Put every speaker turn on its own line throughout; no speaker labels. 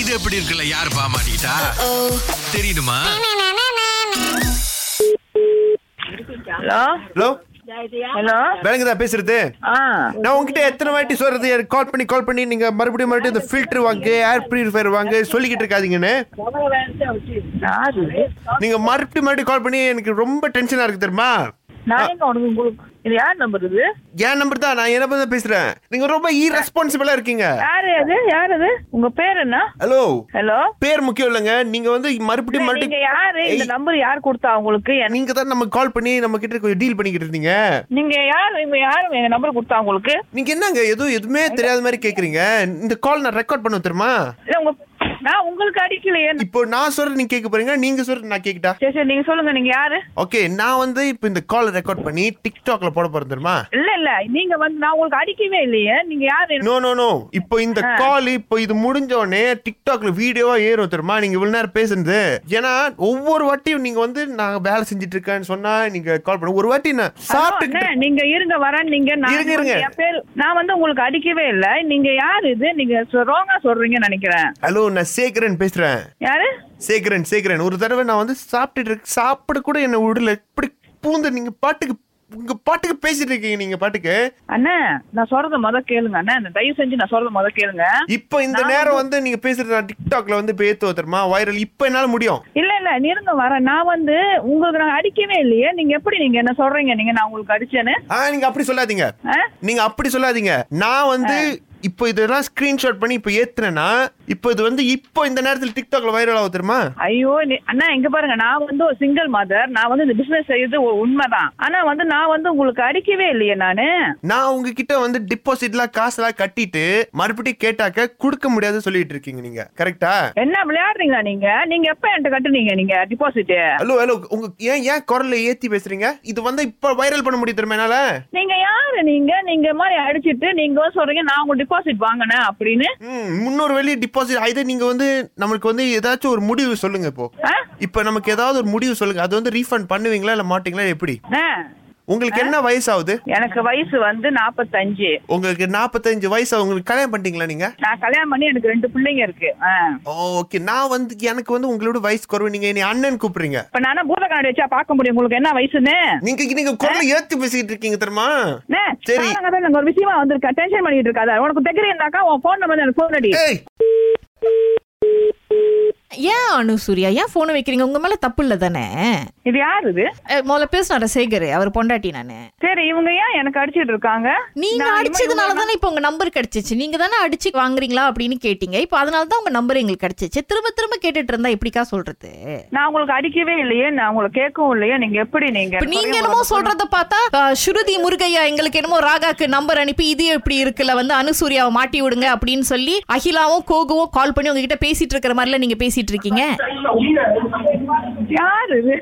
இது எப்படி இருக்குல்ல யாரு பாமாட்டா தெரியுமா
ஹலோ
ஹலோ
ஹலோ
வேலைங்கதா பேசுறது
ஆ
நான் உங்ககிட்ட எத்தனை வாட்டி சொல்றது கால் பண்ணி கால் பண்ணி நீங்க மறுபடியும் மறுபடியும் இந்த ஃபில்டர் வாங்க ஏர் பியூரிஃபயர் வாங்க சொல்லிக்கிட்டு இருக்காதீங்கன்னு
யாரு
நீங்க மறுபடியும் மறுபடியும் கால் பண்ணி எனக்கு ரொம்ப டென்ஷனா இருக்கு தெரியுமா
நான் எங்க உனக்கு உங்களுக்கு இது யார் நம்பர் இது
என் நம்பர் தான் நான் என்ன பத்தி தான் பேசுறேன் நீங்க ரொம்ப irresponsible-ஆ இருக்கீங்க
யாரு அது யார் அது உங்க பேர் என்ன
ஹலோ
ஹலோ
பேர் முக்கியம் இல்லைங்க நீங்க வந்து மறுபடியும்
நீங்க யாரு இந்த
மறுபடியும்
நம்பர் யார் கொடுத்தா உங்களுக்கு எனக்கு-
நீங்க தான் நம்ம கால் பண்ணி நம்ம கிட்ட கொஞ்சம் டீல் பண்ணிக்கிட்டு இருந்தீங்க
நீங்க யாரு இவங்க யாரு எங்க நம்பர் கொடுத்தா உங்களுக்கு
நீங்க என்னங்க எதுவும் எதுவுமே தெரியாத மாதிரி கேக்குறீங்க இந்த கால் நான் ரெக்கார்ட் பண்ண தெரியுமா
இல்ல உங்க நான் உங்களுக்கு அடிக்கலையே
இப்போ நான் சொல்றது நீங்க கேட்க போறீங்க நீங்க சொல்றது நான் கேக்கிட்டா
சரி சரி நீங்க சொல்லுங்க நீங்க யாரு
ஓகே நான் வந்து இப்போ இந்த கால் ரெக்கார்ட் பண்ணி டிக்டாக்ல போட போறேன் தெரியுமா
இல்ல இல்ல நீங்க வந்து நான் உங்களுக்கு அடிக்கவே இல்லையே நீங்க யாரு
நோ நோ நோ இப்போ இந்த கால் இப்போ இது முடிஞ்ச உடனே டிக்டாக்ல வீடியோவா ஏறும் தெரியுமா நீங்க இவ்வளவு நேரம் பேசுனது ஏன்னா ஒவ்வொரு வாட்டியும் நீங்க வந்து நான் வேலை செஞ்சுட்டு இருக்கேன்னு சொன்னா நீங்க கால் பண்ண ஒரு வாட்டி நான்
அண்ணே,
சாப்பிட்டு
நீங்க இருங்க வரேன் நீங்க நான்
இருங்க, இருங்க.
வந்து என் பேரு நான் வந்து உங்களுக்கு அடிக்கவே இல்ல நீங்க யாரு இது நீங்க ராங்கா சொல்றீங்கன்னு நினைக்கிறேன்
ஹலோ நான் சேகரன் பேசுறேன்
யாரு
சேகரன் சேகரன் ஒரு தடவை நான் வந்து சாப்பிட்டுட்டு இருக்கு சாப்பிட கூட என்ன விடல இப்படி பூந்து நீங்க பாட்டுக்கு உங்க பாட்டுக்கு பேசிட்டு இருக்கீங்க நீங்க பாட்டுக்கு
அண்ணே நான் சொல்றத முத கேளுங்க அண்ணே இந்த தயவு செஞ்சு நான் சொல்றத முத கேளுங்க
இப்போ இந்த நேரம் வந்து நீங்க பேசுறது நான் டிக்டாக்ல வந்து இப்போ ஏத்து வைத்தருமா வைரல் இப்போ என்னால முடியும்
இல்ல இல்ல இருங்க வரேன் நான் வந்து உங்களுக்கு நான் அடிக்கவே இல்லையே நீங்க எப்படி நீங்க என்ன சொல்றீங்க நீங்க நான் உங்களுக்கு அடிச்சேன்னு
ஆ நீங்க அப்படி சொல்லாதீங்க
ஆ?
நீங்க அப்படி சொல்லாதீங்க நான் வந்து இப்போ இதெல்லாம் ஸ்கிரீன்ஷாட் பண்ணி இப்போ ஏத்துனேன்னா இப்போ இது வந்து இப்போ இந்த நேரத்துல டிக்டாக்ல வைரல் ஆகும் தெரியுமா
ஐயோ நீ- அண்ணா இங்க பாருங்க நான் வந்து ஒரு சிங்கிள் மதர் நான் வந்து இந்த பிசினஸ் செய்யறது ஒரு உண்மைதான் ஆனா வந்து நான் வந்து உங்களுக்கு அடிக்கவே இல்லையே நானு
நான் உங்ககிட்ட வந்து டிபாசிட்லாம் காசுலாம் கட்டிட்டு மறுபடியும் கேட்டாக்க கொடுக்க முடியாதுன்னு சொல்லிட்டு இருக்கீங்க நீங்க கரெக்டா
என்ன விளையாடுறீங்களா நீங்க நீங்க எப்ப என்கிட்ட கட்டுனீங்க நீங்க டிபாசிட்
ஹலோ ஹலோ உங்க ஏன் ஏன் குரல்ல ஏத்தி பேசுறீங்க இது வந்து இப்போ வைரல் பண்ண முடியும் தெரியுமா என்னால
நீங்க யாரு நீங்க நீங்க மாதிரி அடிச்சிட்டு நீங்க வந்து சொல்றீங்க நான் உங்க டிபாசிட் வாங்கினேன் அப்படின்னு
ம், முன்னூறு வெள்ளி டிபாசிட் இதை நீங்க வந்து நம்மளுக்கு வந்து ஏதாச்சும் ஒரு முடிவு சொல்லுங்க இப்போ
ஆ?
இப்போ நமக்கு ஏதாவது ஒரு முடிவு சொல்லுங்க அது வந்து ரீஃபண்ட் பண்ணுவீங்களா இல்ல மாட்டீங்களா எப்படி
அண்ணா,
உங்களுக்கு என்ன வயசாகுது
எனக்கு வயசு வந்து நாப்பத்தஞ்சு
உங்களுக்கு நாற்பத்தஞ்சு வயசு உங்களுக்கு கல்யாணம் பண்ணிட்டீங்களா நீங்க
நான் கல்யாணம் பண்ணி எனக்கு ரெண்டு பிள்ளைங்க இருக்கு ஆ.
ஓகே நான் வந்து எனக்கு வந்து உங்களோட வயசு குறைவு நீங்க என்னை அண்ணன் கூப்பிடுறீங்க
இப்ப நானும் பூத கண்ணாடி வச்சா பார்க்க முடியும் உங்களுக்கு என்ன வயசுன்னு
நீங்க நீங்க குரலை ஏத்தி பேசிக்கிட்டு இருக்கீங்க தெரியுமா
அண்ணா,
சரி.
நானும் அதான் நாங்க ஒரு விஷயமா வந்திருக்கேன் டென்ஷன் பண்ணிட்டு இருக்காத உனக்கு தெக்கிரி இருந்தாக்கா உன் போன் நம்பர் எனக்கு போன் அடி
ஏய்
ஏன் அனு சூர்யா ஏன் போனை வைக்கிறீங்க உங்க மேல தப்பு இல்ல தானே
இது யாரு இது
அஹ் முதல்ல பேசினார சேகர் அவர் பொண்டாட்டி நானு
சரி இவங்க ஏன் எனக்கு அடிச்சிட்டு இருக்காங்க
நீங்க
நான்
அடிச்சதுனால
இவங்க-
தானே இப்போ உங்க நம்பர் கிடைச்சிச்சு நீங்க தானே அடிச்சு வாங்குறீங்களா அப்படின்னு கேட்டீங்க இப்போ அதனால தான் உங்க நம்பர் எங்களுக்கு கிடைச்சிச்சு திரும்ப திரும்ப கேட்டுட்டு இருந்தா எப்படிக்கா சொல்றது
நான் உங்களுக்கு அடிக்கவே இல்லையே நான் உங்களுக்கு கேட்கவும் இல்லையே நீங்க எப்படி நீங்க
இப்ப நீங்க என்னமோ சொல்றத பார்த்தா அஹ், ஸ்ருதி முருகையா எங்களுக்கு என்னமோ ராகாக்கு நம்பர் அனுப்பி இது எப்படி இருக்குல்ல வந்து அனுசூர்யாவை மாட்டி விடுங்க அப்படின்னு சொல்லி அகிலாவும் கோகுவும் கால் பண்ணி உங்ககிட்ட பேசிட்டு இருக்கிற மாதிரில நீங்க பேசிட்டு இருக்கீங்க
யாரு இது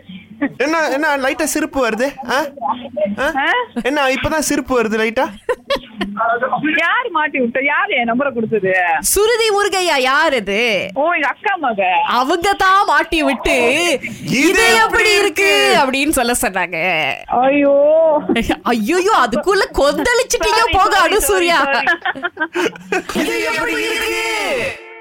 என்ன என்ன லைட்டா சிரிப்பு வருது ஆ? ஆ?
ஆ?
என்ன இப்பதான் சிரிப்பு வருது லைட்டா
யாரு மாட்டி விட்ட யாரு என் நம்பரை கொடுத்தது
சுருதி முருகையா யார் அது
ஓ எங்க அக்கா மக
அவங்க தான் மாட்டி விட்டு இது எப்படி இருக்கு அப்படின்னு சொல்ல சொன்னாங்க
ஐயோ
ஐயோ அதுக்குள்ள கொந்தளிச்சிட்டீங்க
Sorry,
போக
sorry,
அனுசூர்யா
sorry, sorry.
இது எப்படி இருக்கு